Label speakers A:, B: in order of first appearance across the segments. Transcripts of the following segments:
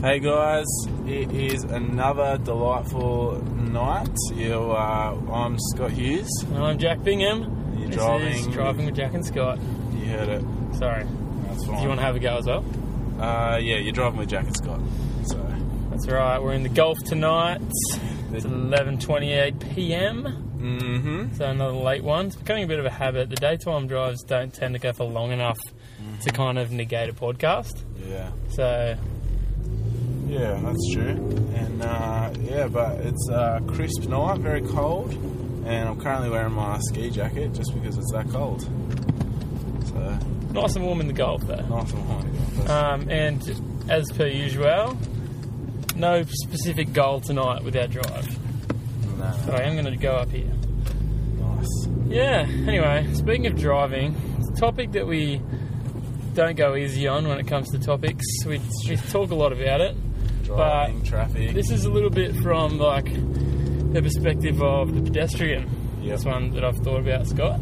A: Hey guys, it is another delightful night. You, uh, I'm Scott Hughes.
B: And I'm Jack Bingham.
A: You're
B: this is
A: driving.
B: Driving with Jack and Scott.
A: You heard it.
B: Sorry.
A: That's fine.
B: Do you want to have a go as well?
A: Uh, yeah, you're driving with Jack and Scott. So
B: That's right. We're in the Gulf tonight. It's 11:28 p.m.
A: Mm-hmm.
B: So another late one. It's becoming a bit of a habit. The daytime drives don't tend to go for long enough
A: Mm-hmm.
B: to kind of negate a podcast.
A: Yeah.
B: So
A: Yeah, that's true. And uh, yeah, but it's a crisp night, very cold, and I'm currently wearing my ski jacket just because it's that cold. So
B: nice and warm in the Gulf though.
A: nice and warm.
B: Um, and as per usual, no specific goal tonight with our drive.
A: No,
B: So I am going to go up here.
A: nice.
B: Yeah, anyway, speaking of driving, it's a topic that we don't go easy on when it comes to topics. We, we talk a lot about it.
A: Driving traffic.
B: This is a little bit from like the perspective of the pedestrian.
A: Yep.
B: This one that I've thought about, Scott.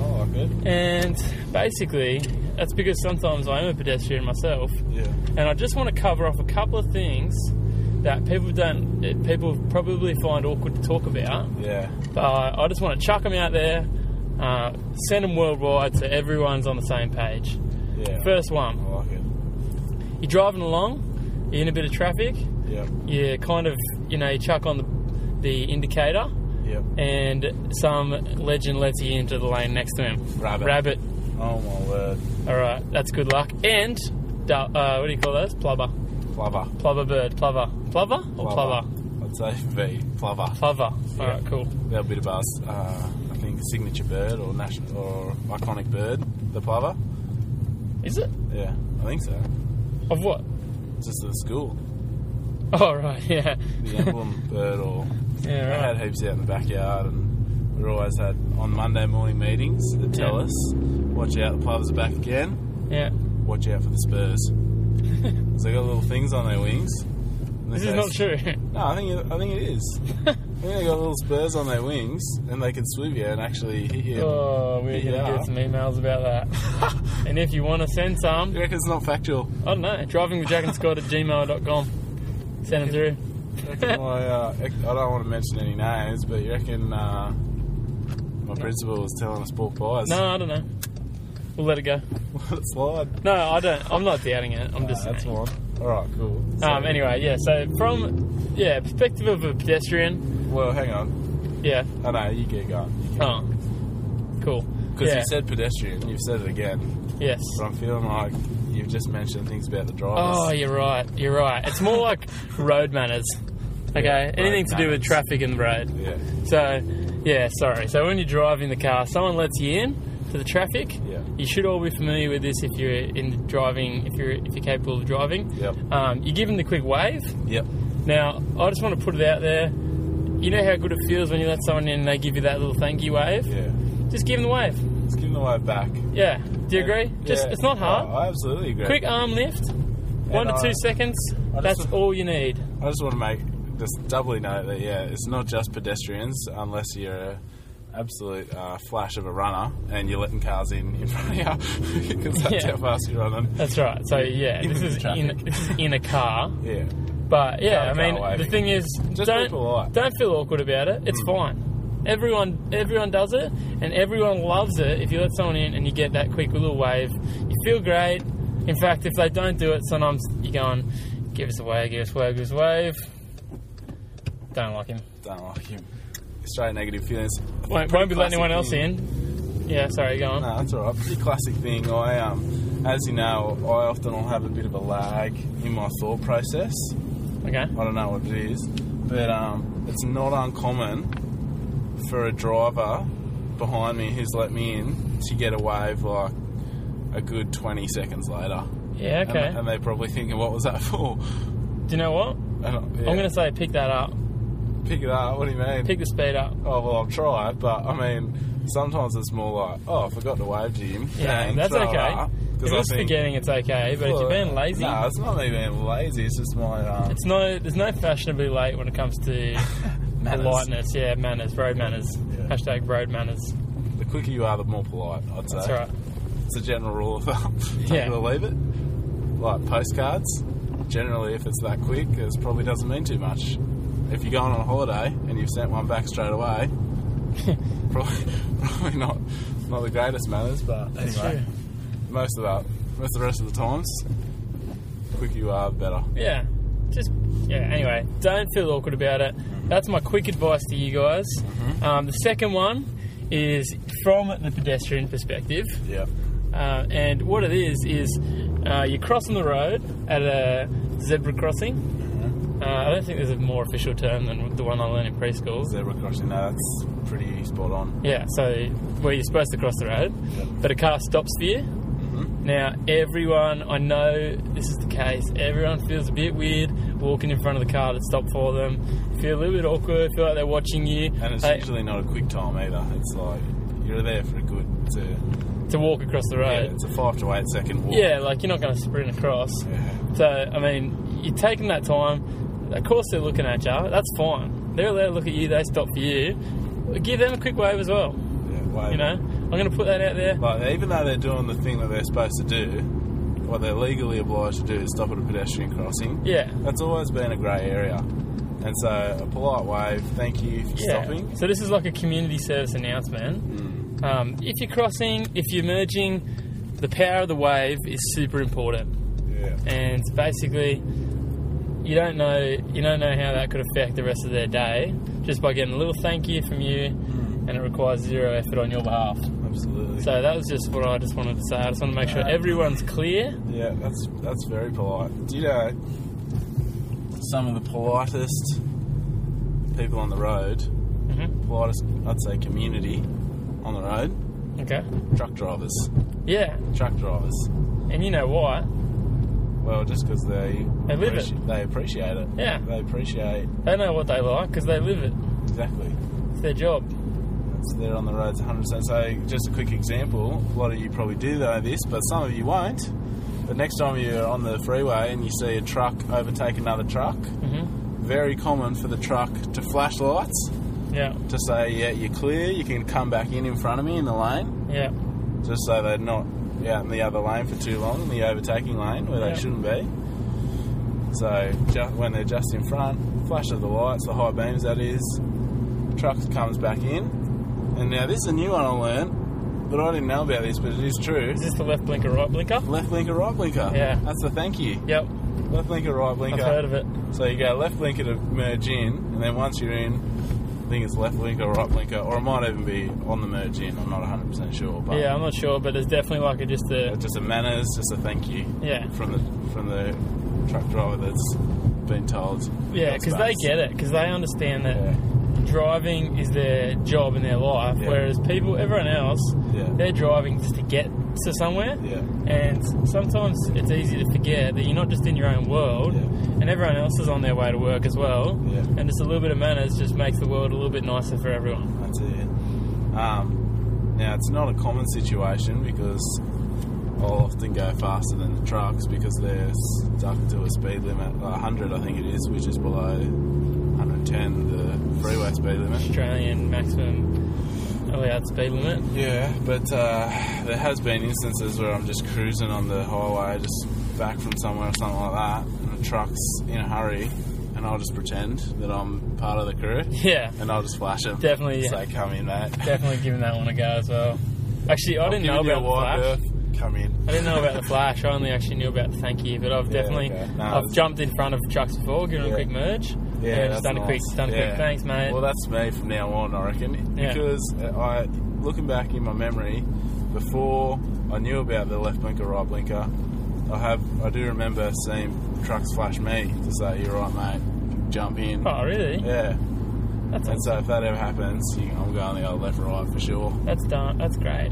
A: oh, I like it.
B: And basically, that's because sometimes I am a pedestrian myself,
A: Yeah.
B: and I just want to cover off a couple of things that people don't, that people probably find awkward to talk about.
A: Yeah.
B: But I I just want to chuck them out there, uh, send them worldwide so everyone's on the same page.
A: Yeah.
B: First
A: I
B: one,
A: like it.
B: you're driving along, you're in a bit of traffic,
A: Yep.
B: you kind of, you know, you chuck on the, the indicator,
A: Yep.
B: and some legend lets you into the lane next to him.
A: Rabbit.
B: Rabbit.
A: Oh my word.
B: All right, that's good luck. And, du- uh, what do you call those? Plover.
A: Plover.
B: Plover bird. Plover. Plover or plover?
A: I'd say V. Plover.
B: Plover. All right,
A: Yeah.
B: cool.
A: They're a bit of us, uh, I think, signature bird or national or iconic bird, the plover.
B: Is it?
A: Yeah, I think so.
B: Of what?
A: It's just the school,
B: Oh, right, yeah.
A: the emblem bird or.
B: yeah,
A: We
B: right.
A: had heaps out in the backyard and we always had on Monday morning meetings that tell
B: Yeah.
A: us, watch out, the plovers are back again,
B: Yeah.
A: watch out for the spurs. Because they got little things on their wings. And
B: This
A: they
B: is
A: say-
B: not true.
A: No, I think it, I think it is. I think they got little spurs on their wings, and they can swoop you and actually hit you.
B: Oh, we're going to
A: Yeah.
B: get some emails about that. and if you want to send some,
A: You reckon it's not factual?
B: I don't know, driving with Jack and Scott at gmail.com. Send them through.
A: You reckon my, uh, ex- I don't want to mention any names, but you reckon uh, my principal was telling us pork pies?
B: No, I don't know. We'll let it go.
A: Let it slide.
B: No, I don't. I'm not doubting it. I'm just
A: Ah, that's
B: saying.
A: one. All right, cool. So-
B: Um, anyway, yeah, so from, yeah, perspective of a pedestrian,
A: Well, hang on.
B: yeah.
A: I know you get going
B: Oh, cool.
A: because
B: Yeah,
A: you said pedestrian. You've said it again,
B: yes.
A: but I'm feeling like you've just mentioned things about the drivers.
B: Oh, you're right. You're right. It's more like road manners. Okay,
A: Yeah,
B: anything
A: road
B: to do with
A: manners.
B: traffic and the road.
A: yeah,
B: So, yeah, sorry. So when you're driving the car, someone lets you in to the traffic.
A: Yeah.
B: You should all be familiar with this if you're in driving, if you're if you're capable of driving.
A: Yep.
B: Um, you give them the quick wave.
A: yep,
B: Now, I just want to put it out there. You know how good it feels when you let someone in and they give you that little thank you wave.
A: yeah.
B: Just give them the wave.
A: Just give them the way back.
B: Yeah. Do you agree? Just
A: Yeah.
B: it's not hard.
A: Oh, I absolutely agree.
B: Quick arm lift. One to
A: I-
B: two seconds.
A: I just
B: That's
A: want-
B: all you need.
A: I just want to make just doubly note that yeah, it's not just pedestrians unless you're a absolute uh, flash of a runner and you're letting cars in in front of you because that's
B: Yeah.
A: how fast you're running.
B: That's right. So yeah,
A: Even
B: this
A: in
B: is in
A: traffic.
B: this is in a car.
A: Yeah,
B: But yeah, I
A: Can't go
B: mean,
A: away.
B: the thing is,
A: Just be polite. Hmm.
B: don't don't feel awkward about it. It's fine. Everyone everyone does it, and everyone loves it. If you let someone in and you get that quick little wave, you feel great. In fact, if they don't do it, sometimes you're going, give us a wave, give us a wave, give us a wave. Don't like him.
A: don't like him. Australian negative feelings.
B: Won't,
A: Pretty
B: won't be letting anyone else
A: classic thing.
B: in. Yeah, sorry, go on.
A: No, that's alright. Pretty classic thing. I um, as you know, I often will have a bit of a lag in my thought process.
B: Okay.
A: I don't know what it is, but um, it's not uncommon for a driver behind me who's let me in to get a wave like a good 20 seconds later.
B: Yeah,
A: And-
B: okay.
A: And, they probably thinking, what was that for?
B: do you know what?
A: And, I'm
B: I'm going to say pick that up.
A: pick it up. What do you mean?
B: Pick the speed up.
A: oh, well, I'll try, but I mean, sometimes it's more like, oh, I forgot to wave to him.
B: Yeah,
A: Thanks,
B: that's
A: blah,
B: okay.
A: blah, 'cause
B: If
A: I
B: it's
A: think,
B: forgetting, it's okay. But if you're being lazy,
A: No, it's not me being lazy. It's just my um,
B: it's no. There's no fashionably late when it comes to
A: manners.
B: politeness. Yeah, manners, road manners.
A: Yeah.
B: Hashtag road manners.
A: The quicker you are, the more polite. I'd say.
B: That's right.
A: It's a general rule of thumb. Take
B: Yeah.
A: it or leave it. Like postcards. generally, if it's that quick, it probably doesn't mean too much. If you're going on a holiday and you've sent one back straight away, probably, probably not not the greatest matters. But
B: That's
A: anyway,
B: true.
A: most of that, most of the rest of the times, the quicker you are, the better.
B: Yeah. Just yeah. Anyway, don't feel awkward about it. That's my quick advice to you guys. Um, the second one is from the pedestrian perspective,
A: Yeah.
B: uh, and what it is is uh, you're crossing the road at a zebra crossing. Uh, I don't think there's a more official term than the one I learned in preschool.
A: Zebra crossing, no, that's pretty spot on.
B: Yeah, so where you're supposed to cross the road,
A: Yep.
B: but a car stops for you.
A: Mm-hmm.
B: Now, everyone, I know this is the case, everyone feels a bit weird walking in front of the car that stopped for them. Feel a little bit awkward, feel like they're watching you.
A: And it's
B: like,
A: usually not a quick time either. It's like you're there for a good, it's a,
B: to walk across the
A: yeah,
B: road.
A: it's a five to eight second walk.
B: Yeah, like you're not going to sprint across.
A: Yeah.
B: So, I mean, you're taking that time. Of course, they're looking at you. That's fine. They're allowed to look at you, they stop for you. Give them a quick wave as well.
A: yeah way
B: You know, I'm going to put that out there.
A: Like, even though they're doing the thing that they're supposed to do, what they're legally obliged to do is stop at a pedestrian crossing.
B: Yeah.
A: That's always been a grey area. And so, a polite wave, thank you for stopping.
B: So this is like a community service announcement.
A: Mm.
B: Um, if you're crossing, if you're merging, the power of the wave is super important.
A: Yeah.
B: And basically, you don't know you don't know how that could affect the rest of their day just by getting a little thank you from you, and it requires zero effort on your behalf.
A: Absolutely.
B: Mm. So that was just what I just wanted to say. I just want to make sure
A: Alright.
B: everyone's clear.
A: yeah, that's that's very polite. Do you know some of the politest people on the road,
B: hmm
A: politest, I'd say, community on the road?
B: Okay.
A: Truck drivers.
B: Yeah,
A: Truck drivers.
B: and you know why?
A: Well, just because they
B: They live it.
A: appreci- they appreciate it.
B: Yeah.
A: They appreciate
B: They know what they like because they live it.
A: exactly.
B: It's their job.
A: That's there on the roads 100%. So, just a quick example. A lot of you probably do know this, but some of you won't. But next time you're on the freeway and you see a truck overtake another truck,
B: hmm
A: very common for the truck to flash lights
B: Yeah.
A: to say, "Yeah, you're clear. You can come back in in front of me in the lane,"
B: Yeah.
A: just so they're not out in the other lane for too long, in the overtaking lane where
B: Yeah.
A: they shouldn't be. So, ju- when they're just in front, flash of the lights, the high beams that is, truck comes back in. And now this is a new one I learned, but I didn't know about this, but it is true.
B: Is this the left blinker, right blinker?
A: Left blinker, right blinker.
B: Yeah.
A: That's the thank you.
B: Yep,
A: Left blinker, right blinker.
B: I've heard of it.
A: So you go left blinker to merge in, and then once you're in, I think it's left blinker, right blinker, or it might even be on the merge in. I'm not 100% sure, but
B: Yeah, I'm not sure, but there's definitely like a just a
A: it's just a manners, just a thank you
B: yeah,
A: from the from the truck driver that's been told.
B: yeah, because they get it, because they understand that
A: Yeah.
B: driving is their job in their life,
A: Yeah.
B: whereas people, everyone else,
A: Yeah.
B: they're driving just to get to somewhere,
A: Yeah.
B: and sometimes it's easy to forget that you're not just in your own world,
A: Yeah.
B: and everyone else is on their way to work as well,
A: Yeah.
B: and just a little bit of manners just makes the world a little bit nicer for everyone.
A: That's it. Um, now, it's not a common situation because I'll often go faster than the trucks because they're stuck to a speed limit, like 100, I think it is, which is below 110, the freeway speed limit.
B: Australian maximum allowed speed limit.
A: Yeah, but uh, there has been instances where I'm just cruising on the highway, just back from somewhere or something like that, and the truck's in a hurry, and I'll just pretend that I'm part of the crew,
B: Yeah.
A: and I'll just flash them.
B: Definitely, yeah.
A: Say, come in, mate.
B: Definitely giving that one a go as well. Actually, I didn't know
A: Give you a
B: about the
A: wide
B: flash.
A: berth, Come in.
B: I didn't know about the flash. I only actually knew about the thank you, but I've
A: Yeah,
B: definitely
A: okay. No,
B: I've
A: it's-
B: jumped in front of trucks before, given
A: Yeah.
B: a quick merge.
A: Yeah, that's
B: just done a quick,
A: nice.
B: done a
A: Yeah.
B: quick. Thanks, mate.
A: Well, that's me from now on, I reckon.
B: Yeah.
A: Because I, looking back in my memory, before I knew about the left blinker, right blinker, I have, I do remember seeing trucks flash me to say, "You're right, mate. Jump in."
B: oh, really?
A: Yeah.
B: That's
A: And so if that ever happens, you, I'm going the old left, right for sure.
B: that's done. That's great.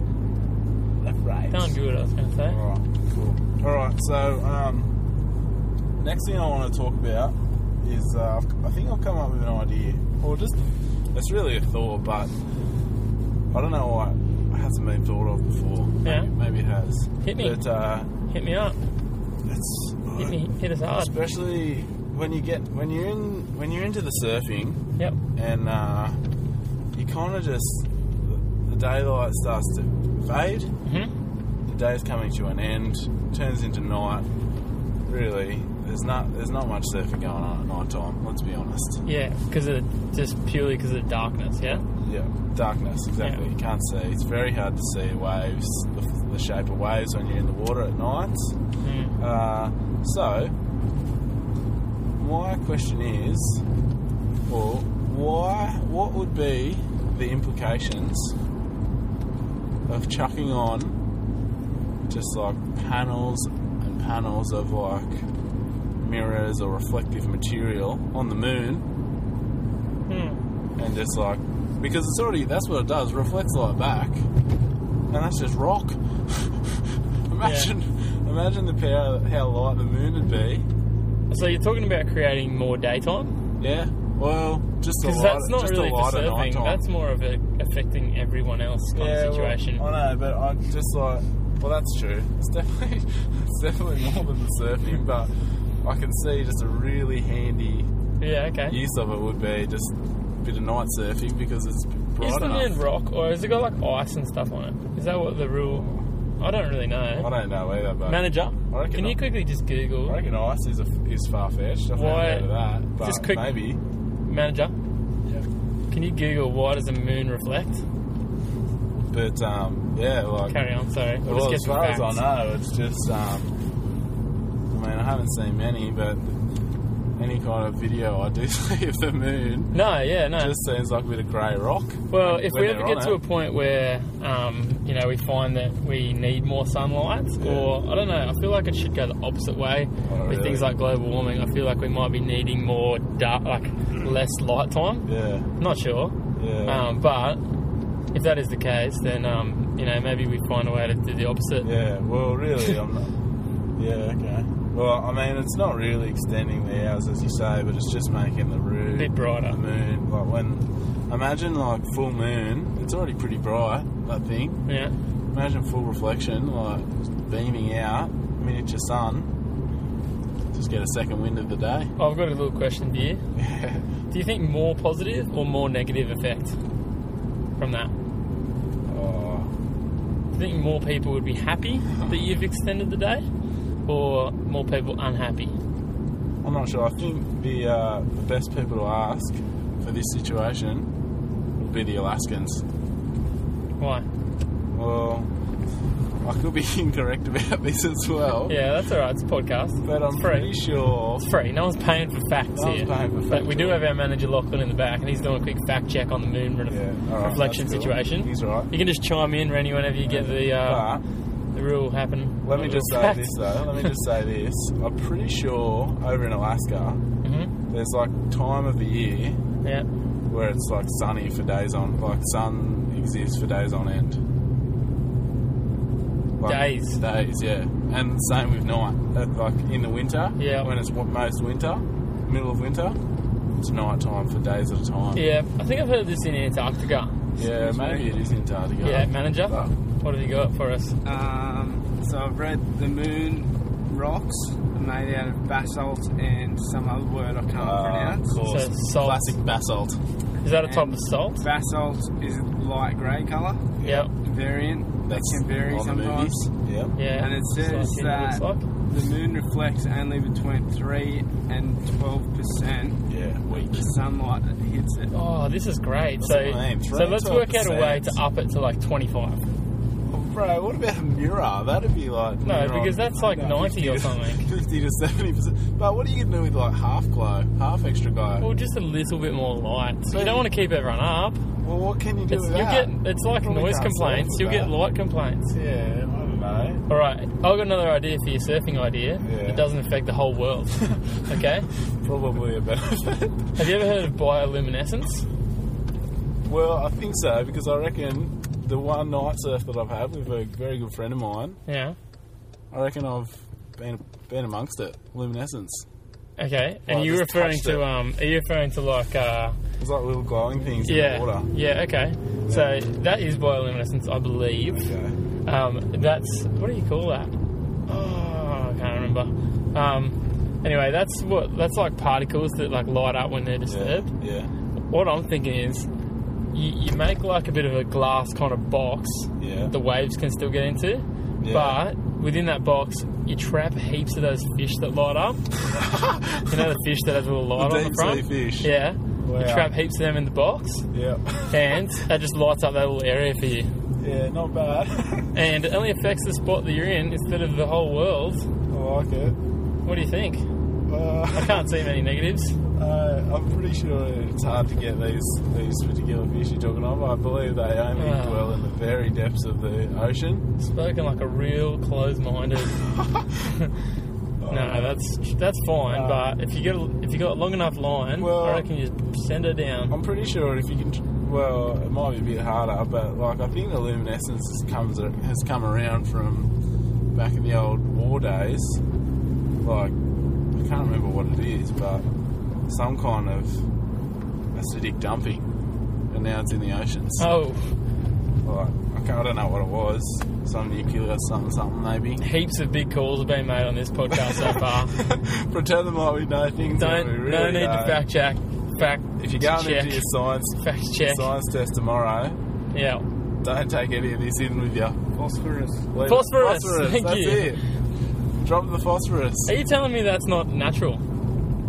A: Left, right.
B: Done good. I was going to say.
A: All right. Cool. All right. So um, next thing I want to talk about is uh, I've, I think I've come up with an idea, or just it's really a thought, but I don't know why it hasn't been thought of before.
B: Yeah.
A: Maybe, maybe it has.
B: Hit me.
A: But uh,
B: Hit me up.
A: it's uh,
B: Hit me. Hit us hard.
A: especially when you get when you're in when you're into the surfing
B: Yep.
A: and uh, you kind of just the daylight starts to fade.
B: hmm
A: The day's coming to an end, turns into night, really, There's not there's not much surfing going on at night time. Let's be honest.
B: Yeah, because of just purely because of the darkness. Yeah.
A: Yeah, darkness exactly.
B: Yeah.
A: You can't see. It's very hard to see waves, the, the shape of waves when you're in the water at night.
B: Mm.
A: Uh, so, my question is, well, why? What would be the implications of chucking on just like panels and panels of like mirrors or reflective material on the moon,
B: Mm.
A: and just like because it's already that's what it does reflects light back, and that's just rock. imagine, imagine the power how light the moon would be.
B: So you're talking about creating more daytime
A: Yeah. Well, just a
B: because
A: lot.
B: that's not
A: just
B: really
A: a
B: for
A: lot of night
B: surfing.
A: time.
B: That's more of a affecting everyone else kind
A: yeah,
B: of situation.
A: Well, I know, but I just like. Well, that's true. It's definitely, it's definitely more than the surfing, but I can see just a really handy
B: yeah. Okay.
A: use of it would be just a bit of night surfing because it's bright
B: Is the
A: enough.
B: moon rock, or has it got like ice and stuff on it? Is that what the rule? I don't really
A: I
B: know.
A: don't know either, but
B: Manager,
A: I reckon
B: can you
A: not.
B: quickly just
A: I
B: Google
A: reckon ice is a, is far fetched. I've
B: Why-
A: never heard of that, but
B: just quick-
A: maybe.
B: manager?
A: Yeah.
B: Can you Google why does the moon reflect?
A: But um, yeah, like
B: Carry on. Sorry, we'll,
A: well, as
B: just get some
A: far
B: facts.
A: as I know, it's just. Um, I mean, I haven't seen many, but any kind of video I do see of the moon
B: No, yeah, no.
A: just seems like a bit of grey rock.
B: well,
A: when-
B: if
A: when
B: we ever
A: they're
B: get
A: on
B: to a
A: it.
B: point where um, you know we find that we need more sunlight,
A: Yeah.
B: or I don't know, I feel like it should go the opposite way
A: Oh,
B: with
A: really?
B: things like global warming. I feel like we might be needing more dark, like less light time.
A: yeah,
B: Not sure.
A: yeah,
B: Um, but if that is the case, then um, you know maybe we find a way to do the opposite.
A: yeah. Well, really, I'm not. Yeah, okay. Well, I mean, it's not really extending the hours as you say, but it's just making the room
B: A bit brighter.
A: The moon, like when imagine like full moon, it's already pretty bright. That thing.
B: Yeah,
A: Imagine full reflection, like beaming out, miniature sun. Just get a second wind of the day.
B: I've got a little question for you. Do you think more positive or more negative effect from that?
A: oh,
B: Do you think more people would be happy that you've extended the day, or more people unhappy?
A: I'm not sure. I think the, uh, the best people to ask for this situation would be the Alaskans.
B: Why?
A: Well, I could be incorrect about this as well.
B: Yeah, that's all right. It's a podcast.
A: But I'm
B: It's
A: pretty
B: free.
A: sure.
B: It's free. No one's paying for facts
A: No one's
B: here.
A: paying for
B: but
A: facts
B: we do
A: here.
B: have our manager Lachlan in the back, and he's doing a quick fact check on the moon re-
A: Yeah, all right,
B: reflection
A: that's cool.
B: situation.
A: He's right.
B: You can just chime in, Rennie, whenever you get the uh,
A: but
B: the rule happen.
A: let me just say this though. Let me just say this. I'm pretty sure over in Alaska,
B: hmm
A: there's like time of the year
B: Yeah.
A: where it's like sunny for days on, like sun exists for days on end.
B: Days.
A: Days, yeah. And same with night. Uh, Like in the winter,
B: Yeah.
A: when it's what most winter, middle of winter, it's night time for days at a time.
B: Yeah. I think I've heard this in Antarctica.
A: Yeah, maybe it is Antarctica.
B: Yeah, manager.
A: But-
B: What have you got for us?
C: Um, so I've read the moon rocks are made out of basalt and some other word I can't
A: Ah,
C: pronounce.
A: cool.
B: So salt.
A: Classic basalt.
B: Is that a type
C: And-
B: of salt?
C: Basalt is light grey colour,
B: Yep.
C: variant. That can vary
A: on the
C: sometimes.
A: movies. Yeah.
B: Yeah.
C: And it
B: It's like
C: says
B: tin, it looks
C: that-
B: like.
C: The moon reflects only between three and twelve percent
A: Yeah, weak.
C: the sunlight that hits it.
B: Oh, this is great.
A: That's
B: so,
A: what I mean,
B: so let's work out a way
A: 312%.
B: to up it to like 25.
A: Oh, bro, what about a mirror? That'd be like
B: No,
A: mirror
B: because that's like 90
A: 50
B: or
A: to-
B: something.
A: Fifty to seventy percent. But what are you gonna do with like half glow, half extra glow?
B: Well, just a little bit more light.
A: So
B: you don't
A: you-
B: want to keep everyone up.
A: Well, what can you do
B: It's,
A: with
B: you
A: that?
B: get it's like
A: Probably
B: noise
A: can't
B: complaints.
A: solve
B: You'll get
A: that.
B: light complaints.
A: Yeah, I don't know.
B: All right, I've got another idea for your surfing idea.
A: Yeah.
B: It doesn't affect the whole world. okay.
A: Probably a benefit.
B: Have you ever heard of bioluminescence?
A: well, I think so because I reckon the one night surf that I've had with a very good friend of mine,
B: Yeah.
A: I reckon I've been been amongst it. Luminescence.
B: Okay. And
A: Well,
B: you're
A: just
B: referring
A: touched
B: to
A: it.
B: um? Are you referring to like uh?
A: It's like little glowing things
B: Yeah.
A: in the water.
B: Yeah. Okay. So that is bioluminescence, I believe.
A: Okay.
B: Um, that's what do you call that? Oh, I can't remember. Um, anyway, that's what that's like particles that like light up when they're
A: Yeah.
B: disturbed.
A: Yeah.
B: What I'm thinking is, you, you make like a bit of a glass kind of box
A: Yeah.
B: the waves can still get into,
A: Yeah.
B: but within that box, you trap heaps of those fish that light up. you know the fish that have a little light
A: The
B: on the
A: deep
B: front.
A: sea fish.
B: Yeah. You
A: Wow.
B: trap heaps of them in the box,
A: Yeah.
B: and that just lights up that little area for you.
A: yeah, not bad.
B: And it only affects the spot that you're in instead of the whole world.
A: I like it.
B: What do you think? I
A: Uh,
B: can't see many negatives.
A: uh, I'm pretty sure it's hard to get these these particular fish you're talking of. I believe they only
B: Ah.
A: dwell in the very depths of the ocean.
B: Spoken like a real close-minded. no, that's that's fine.
A: Uh,
B: but if you get a- if you got a long enough line,
A: Well-
B: I reckon you just send her down.
A: I'm pretty sure if you can, tr- well, it might be a bit harder, but like I think the luminescence has comes has come around from back in the old war days. Like I can't remember what it is, but some kind of acidic dumping, and now it's in the oceans.
B: Oh,
A: Like I, can't, I don't know what it was. Some nuclear something something maybe.
B: heaps of big calls have been made on this podcast so far.
A: Pretend there might be no things. that
B: Don't
A: we really
B: no need
A: know.
B: to fact check. Fact
A: If you're going
B: check.
A: into your science
B: fact check.
A: science test tomorrow,
B: Yeah.
A: don't take any of this in with you.
C: Phosphorus.
A: Leave it.
B: Phosphorus, thank
A: that's
B: you.
A: it. Drop the phosphorus.
B: Are you telling me that's not natural?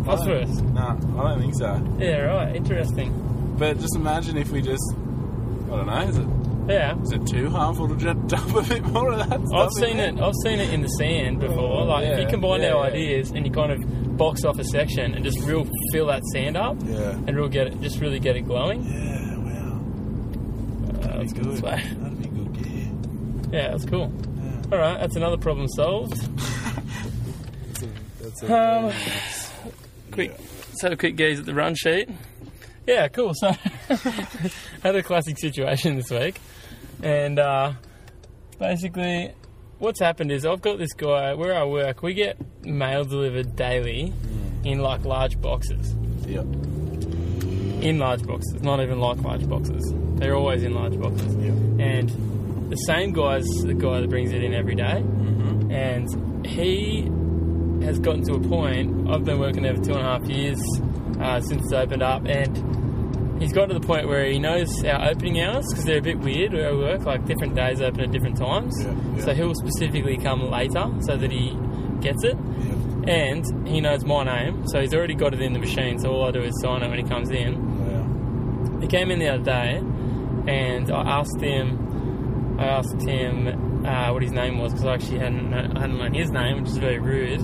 B: Phosphorus.
A: No, I don't think so.
B: Yeah. Right. Interesting.
A: But just imagine if we just, I don't know, is it
B: Yeah.
A: is it too harmful to just dump a bit more of that?
B: I've
A: stuff in
B: seen
A: there?
B: it. I've seen it in the sand before.
A: Oh,
B: like if you
A: yeah,
B: combine
A: yeah,
B: our
A: yeah.
B: ideas and you kind of box off a section and just real fill that sand up
A: Yeah.
B: and real get it, just really get it glowing.
A: Yeah. Wow.
B: Uh,
A: That'd
B: it's
A: be
B: good
A: good.
B: this way.
A: That'd be good gear.
B: Yeah, that's cool.
A: Yeah.
B: All right, that's another problem solved.
A: That's a, that's a
B: Um, quick, let's have a quick gaze at the run sheet. Yeah, cool. So, had a classic situation this week, and uh, basically, what's happened is I've got this guy where I work. We get mail delivered daily in like large boxes.
A: yeah.
B: in large boxes, not even like large boxes. They're always in large boxes.
A: Yeah.
B: And the same guy's the guy that brings it in every day.
A: Mm-hmm.
B: And he has gotten to a point, I've been working there for two and a half years uh, since it's opened up, and he's got to the point where he knows our opening hours because they're a bit weird where I work, like different days open at different times.
A: Yeah, yeah.
B: So he'll specifically come later so that he gets it
A: Yeah.
B: and he knows my name, so he's already got it in the machine. So all I do is sign it when he comes in.
A: Wow.
B: He came in the other day, and I asked him, I asked him uh, what his name was because I actually hadn't, kno- I hadn't known his name, which is very rude.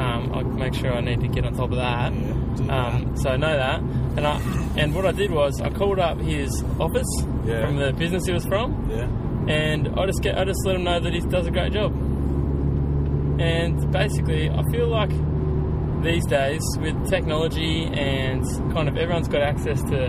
B: Um, I'll make sure I need to get on top of that.
A: Yeah, do that.
B: Um, so I know that, and I, and what I did was I called up his office
A: Yeah.
B: from the business he was from,
A: Yeah.
B: and I just get, I just let him know that he does a great job. And basically, I feel like these days with technology and kind of everyone's got access to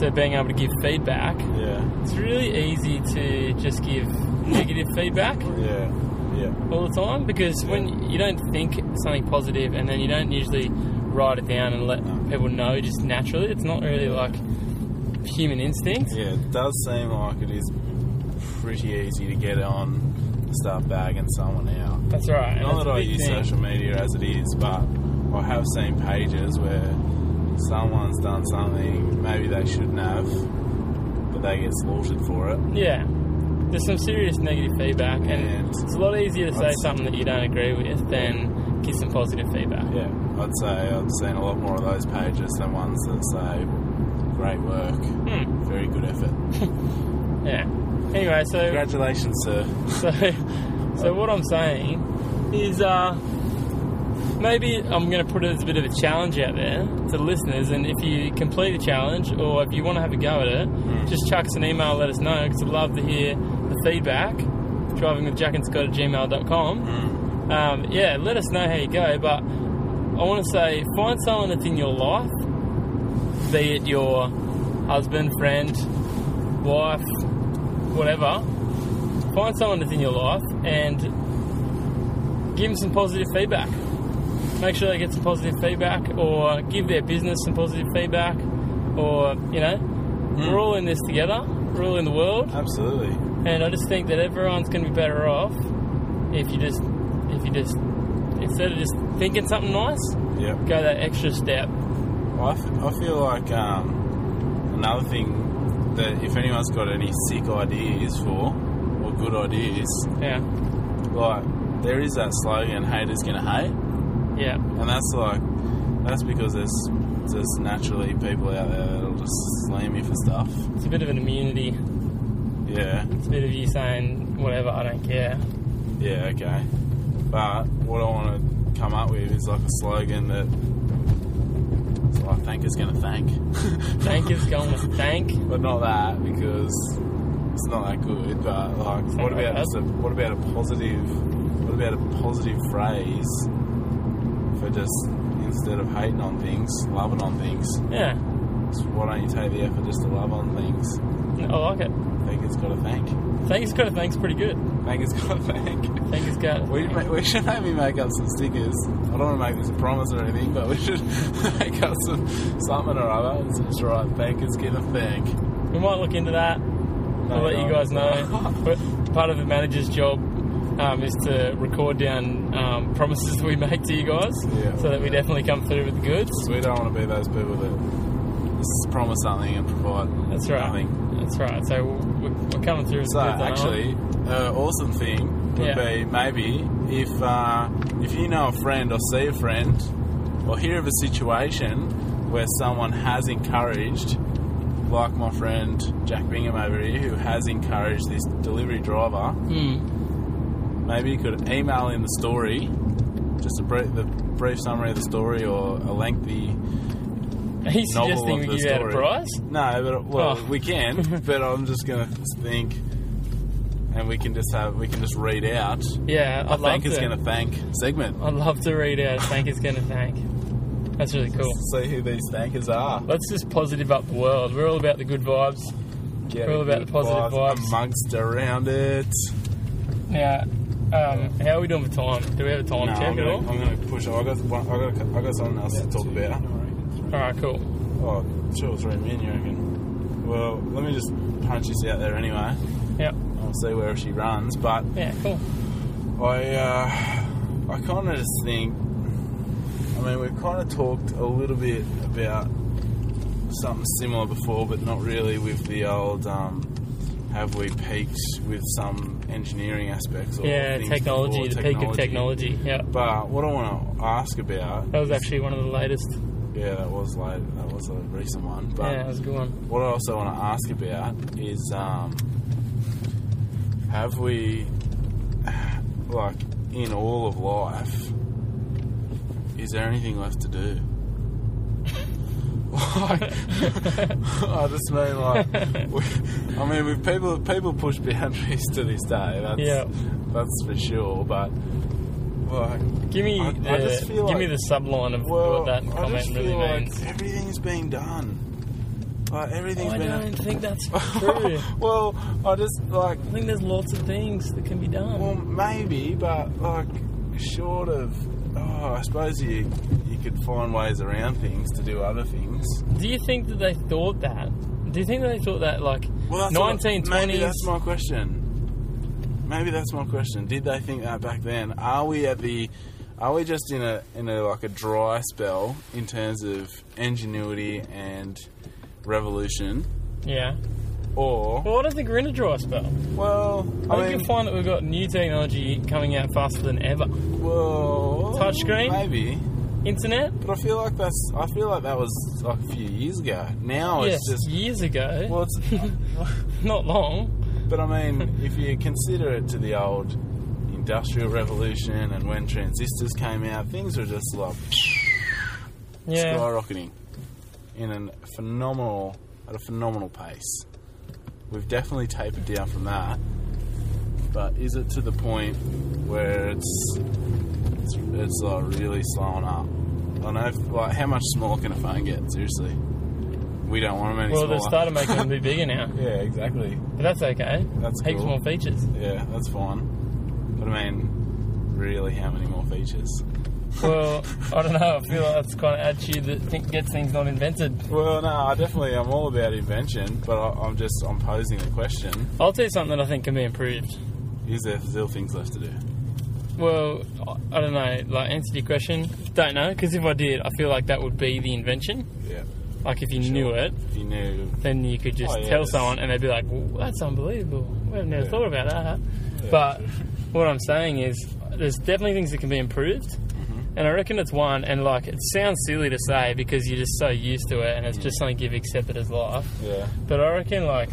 B: to being able to give feedback,
A: Yeah.
B: it's really easy to just give negative feedback
A: Yeah. Yeah.
B: all the time because when you don't think something positive and then you don't usually write it down and let people know just naturally, it's not really like human instinct.
A: Yeah, it does seem like it is pretty easy to get on, start bagging someone out.
B: That's right. and
A: Not
B: it's
A: that
B: a
A: I
B: big
A: use
B: thing.
A: social media as it is, but I have seen pages where someone's done something maybe they shouldn't have, but they get slaughtered for it.
B: Yeah. There's some serious negative feedback, and
A: And-
B: it's a lot easier to say
A: That's-
B: something that you don't agree with than get some positive feedback.
A: Yeah, I'd say I've seen a lot more of those pages than ones that say, great work,
B: Yeah. Hmm.
A: very good effort.
B: yeah. Anyway, so
A: Congratulations, sir.
B: so so what I'm saying is, uh, maybe I'm going to put it as a bit of a challenge out there to listeners, and if you complete the challenge or if you want to have a go at it,
A: Hmm.
B: just chuck us an email, let us know, because I'd love to hear the feedback. Driving with Jack and Scott at gmail.com.
A: Hmm.
B: um, yeah, let us know how you go. But I want to say, find someone that's in your life, be it your husband, friend, wife, whatever. Find someone that's in your life and give them some positive feedback. Make sure they get some positive feedback, or give their business some positive feedback, or you know, we're all in this together. We're all in the world.
A: Absolutely.
B: And I just think that everyone's going to be better off if you just, if you just, instead of just thinking something nice,
A: Yep.
B: go that extra step.
A: Well, I, f- I feel like um, another thing that if anyone's got any sick ideas for or good ideas,
B: Yeah.
A: like there is that slogan, "Haters gonna hate,"
B: Yeah.
A: and that's like that's because there's there's naturally people out there that'll just slam you for stuff.
B: It's a bit of an immunity.
A: Yeah,
B: It's a bit of you saying, whatever, I don't care.
A: yeah, okay. But what I want to come up with is like a slogan that it's like "Thank is gonna thank."
B: Thank is going with thank.
A: but not that because it's not that good. But like, what
B: like
A: about
B: that.
A: just a, what about a positive? What about a positive phrase for just instead of hating on things, loving on things?
B: Yeah.
A: So why don't you take the effort just to love on things?
B: I like it.
A: Thank it's got to thank.
B: Thanks, got a thanks pretty good.
A: Thank it's got to thank.
B: Thank is got.
A: We, ma- we should maybe make up some stickers. I don't want to make this a promise or anything, but we should make up some something or other. It's just right. Thank it's gonna thank.
B: We might look into that. I'll let you guys know. But part of the manager's job um, is to record down um, promises we make to you guys,
A: Yeah.
B: so that we definitely come through with the goods.
A: We don't want to be those people that just promise something and provide
B: That's right.
A: nothing.
B: That's right. So we're, we're coming through. with
A: So
B: the goods on that one.
A: actually, uh, awesome thing would
B: Yeah.
A: be maybe if uh, if you know a friend or see a friend or hear of a situation where someone has encouraged, like my friend Jack Bingham over here, who has encouraged this delivery driver.
B: Hmm.
A: Maybe you could email in the story, just a brief, the brief summary of the story or a lengthy
B: Are you
A: novel
B: suggesting
A: of
B: we
A: the
B: give out a
A: story.
B: prize?
A: No, but well,
B: Oh.
A: we can. But I'm just gonna think, and we can just have we can just read out.
B: Yeah, I'd
A: I
B: love
A: think
B: to.
A: it's gonna thank segment.
B: I'd love to read out. Thank is gonna thank. That's really cool.
A: See who these thankers are.
B: Let's just positive up the world. We're all about the good vibes.
A: Get
B: all about
A: good
B: the positive vibes.
A: amongst around it.
B: Now, um, how are we doing for time? Do we have a time check
A: I'm
B: at
A: gonna,
B: all?
A: I'm gonna push. it. I got one, I got I got something else to talk about.
B: All right, cool.
A: Oh, two or three men, you reckon? Well, let me just punch this out there anyway.
B: Yeah,
A: I'll see where she runs, but
B: yeah, cool.
A: I uh, I kind of just think. I mean, we've kind of talked a little bit about something similar before, but not really with the old. Um, have we peaked with some engineering aspects? Or
B: Yeah,
A: things
B: technology,
A: before
B: the peak of technology. Yeah,
A: But what I want to ask about,
B: that was actually one of the latest.
A: yeah, that was like that was a recent one. But
B: yeah, that was a good one.
A: what I also want to ask about is um, have we, like, in all of life, is there anything left to do? like, I just mean, like, we, I mean, with people, people push boundaries to this day. That's,
B: Yeah.
A: that's for sure. But like,
B: Give me,
A: I- I
B: the,
A: just
B: give
A: feel
B: me
A: like-
B: uh, the subline of
A: well,
B: what that
A: I
B: comment
A: just feel
B: really
A: like
B: means. Oh,
A: everything's been done. Like everything's
B: I
A: been.
B: don't think that's true.
A: well, I just like
B: I think there's lots of things that can be done.
A: well maybe, but like short of oh, I suppose you you could find ways around things to do other things.
B: Do you think that they thought that? Do you think that they thought that like
A: Well, that's what-
B: nineteen
A: Maybe
B: twenties?
A: that's my question. Maybe that's my question. Did they think that back then? Are we at the are we just in a in a like a dry spell in terms of ingenuity and revolution
B: Yeah.
A: or
B: Well, I don't think we're in a dry spell.
A: well
B: I,
A: I
B: think
A: mean
B: you'll find that we've got new technology coming out faster than ever.
A: well
B: Touchscreen?
A: maybe
B: Internet?
A: But I feel like that's. I feel like that was like a few years ago. Now
B: yes,
A: Oh, it's just.
B: years ago.
A: Well, it's,
B: Not long.
A: but I mean, if you consider it to the old industrial revolution and when transistors came out, things were just like
B: Yeah.
A: skyrocketing in a phenomenal at a phenomenal pace. We've definitely tapered down from that, but is it to the point where it's it's, it's like really slowing up? I know, like, how much smaller can a phone get? Seriously, we don't want them any
B: Well,
A: smaller.
B: they started making them be bigger now,
A: yeah, exactly.
B: but that's okay.
A: That's
B: Heaps
A: cool.
B: more features.
A: Yeah, that's fine. But I mean, really, how many more features?
B: Well, I don't know. I feel like that's the kind of attitude that think, gets things not invented.
A: Well, no, I definitely I'm all about invention, but I, I'm just I'm posing the question:
B: I'll tell you something that I think can be improved.
A: Is there still things left to do?
B: Well, I- I don't know. Like, answer your question. Don't know, because if I did, I feel like that would be the invention.
A: Yeah.
B: Like, if you knew it,
A: If you knew.
B: then you could just
A: Oh, yeah,
B: tell
A: it's-
B: someone and they'd be like, well, that's unbelievable. We've never
A: Yeah.
B: thought about that. But what I'm saying is there's definitely things that can be improved. And I reckon it's one, and like it sounds silly to say because you're just so used to it, and it's just something you've accepted as life.
A: Yeah.
B: But I reckon like,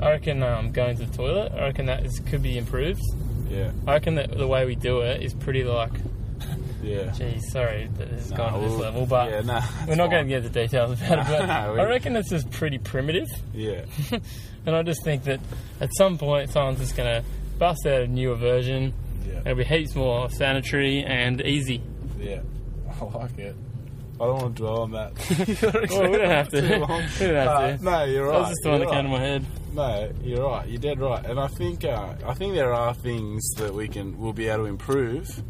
B: I reckon um, going to the toilet. I reckon that is, could be improved.
A: Yeah.
B: I reckon that the way we do it is pretty like,
A: Yeah.
B: geez, sorry that this has
A: Nah,
B: gone to this
A: we'll-
B: level, but
A: yeah, nah,
B: we're not going to get into details about it. But
A: No, we-
B: I reckon it's just pretty primitive,
A: Yeah.
B: and I just think that at some point someone's just going to bust out a newer version.
A: Yeah.
B: It'll be heaps more sanitary and easy.
A: Yeah. I like it. I don't want to dwell on that.
B: Well, we don't have to.
A: Too long.
B: we don't have
A: Uh,
B: to.
A: no, you're right.
B: That was just the one
A: you're right.
B: that came to my head.
A: No, you're right. You're dead right. And I think uh, I think there are things that we can we'll be able to improve.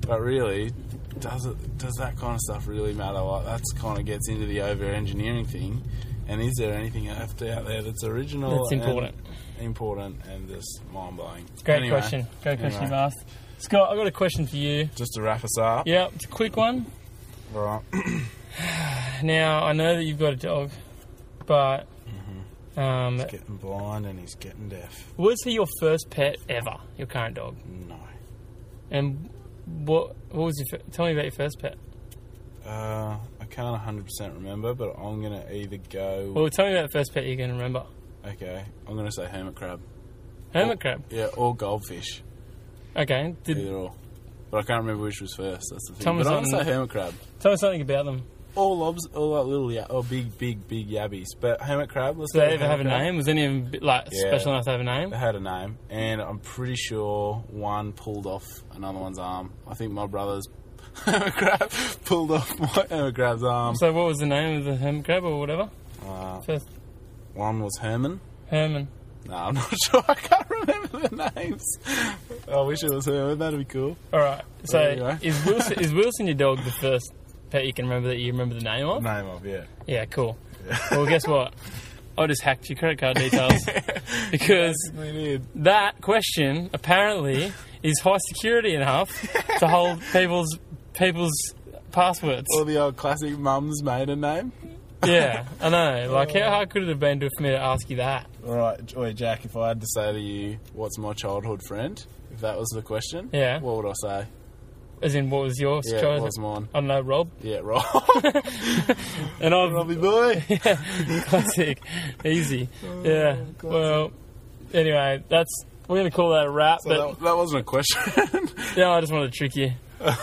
A: But really, does it does that kind of stuff really matter? Like that's kind of gets into the over engineering thing. And is there anything out there out there that's original?
B: That's
A: and
B: important.
A: important and just mind blowing.
B: Great question. Great
A: anyway.
B: question you've asked. Scott, I've got a question for you.
A: Just to wrap us up.
B: Yeah, it's a quick one.
A: Right.
B: Now, I know that you've got a dog, but
A: Mm-hmm.
B: um,
A: getting blind and he's getting deaf.
B: was he your first pet ever, your current dog?
A: No.
B: And what what was your fir- tell me about your first pet?
A: Uh, I can't 100% remember, but I'm going to either go.
B: Well, tell me about the first pet you can remember.
A: Okay, I'm going to say hermit crab.
B: Hermit crab.
A: Yeah, or goldfish.
B: Okay. Did,
A: Either or. But I can't remember which was first. That's the thing.
B: Tell me
A: but I'm
B: something-
A: gonna say hermit crab.
B: tell me something about them.
A: All lobs, all like little, yeah, oh big, big, big yabbies. But hermit crab. Let's
B: Do
A: go
B: they
A: with
B: ever have a
A: hermit crab.
B: name? Was any of them like
A: Yeah.
B: special enough to have a name?
A: They had a name, and I'm pretty sure one pulled off another one's arm. I think my brother's hermit crab pulled off my hermit crab's arm.
B: So what was the name of the hermit crab or whatever?
A: Uh,
B: First
A: one was Herman.
B: Herman.
A: No, I'm not sure. I can't remember the names. I wish it was Herman. That'd be cool.
B: All right. So
A: There you go.
B: is Wilson is Wilson your dog the first pet you can remember that you remember the name of?
A: Name of yeah.
B: Yeah, cool. Well, guess what? I just hacked your credit card details because
A: We did.
B: that question apparently is high security enough to hold people's people's passwords.
A: Or the old classic mum's maiden name.
B: Yeah, I know. Like, how hard could it have been to, for me to ask you that?
A: All right, Joy Jack. If I had to say to you, "What's my childhood friend?" If that was the question,
B: Yeah.
A: what would I say?
B: As in, what was yours?
A: Yeah,
B: Charlie?
A: it was mine.
B: I don't know, Rob.
A: Yeah, Rob,
B: And I've
A: Robbie boy.
B: classic, easy.
A: Oh,
B: Yeah. Well, anyway, that's we're gonna call that a wrap.
A: So
B: but
A: that, that wasn't a question.
B: no, I just wanted to trick you.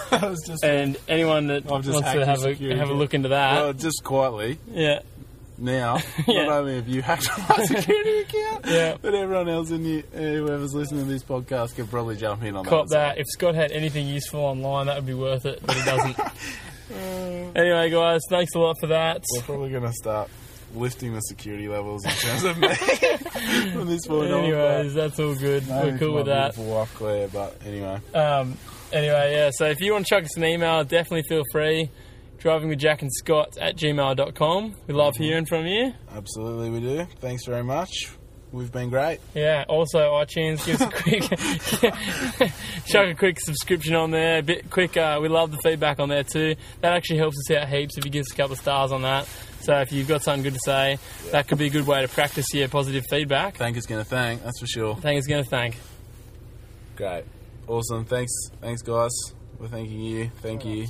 A: that was just.
B: And anyone that
A: I've
B: wants
A: just hacked
B: to
A: your
B: have a
A: security.
B: have a look into that,
A: well, just quietly.
B: yeah,
A: Now,
B: Yeah.
A: not only have you hacked my security account,
B: Yeah.
A: but everyone else in you, whoever's listening to this podcast, could probably jump in on
B: cop
A: that.
B: that. If Scott had anything useful online, that would be worth it, but he doesn't. anyway, guys, thanks a lot for that.
A: We're probably going to start lifting the security levels in terms of me from this point on.
B: Anyways, that's all good.
A: but-
B: We're cool with
A: My
B: that.
A: beautiful Wife Claire, but anyway,
B: Um, anyway, yeah, so if you want to chuck us an email, definitely feel free. Driving with Jack and Scott at gmail.com. We love hearing from you.
A: absolutely we do. Thanks very much. We've been great.
B: Yeah, also iTunes, give us a quick chuck a quick subscription on there. A bit quick, uh, we love the feedback on there too. That actually helps us out heaps if you give us a couple of stars on that. So if you've got something good to say, that could be a good way to practice your positive feedback.
A: Thank is going to thank. That's for sure.
B: Thank is going to thank.
A: Great, awesome. Thanks, thanks guys. We're thanking you. Thank you.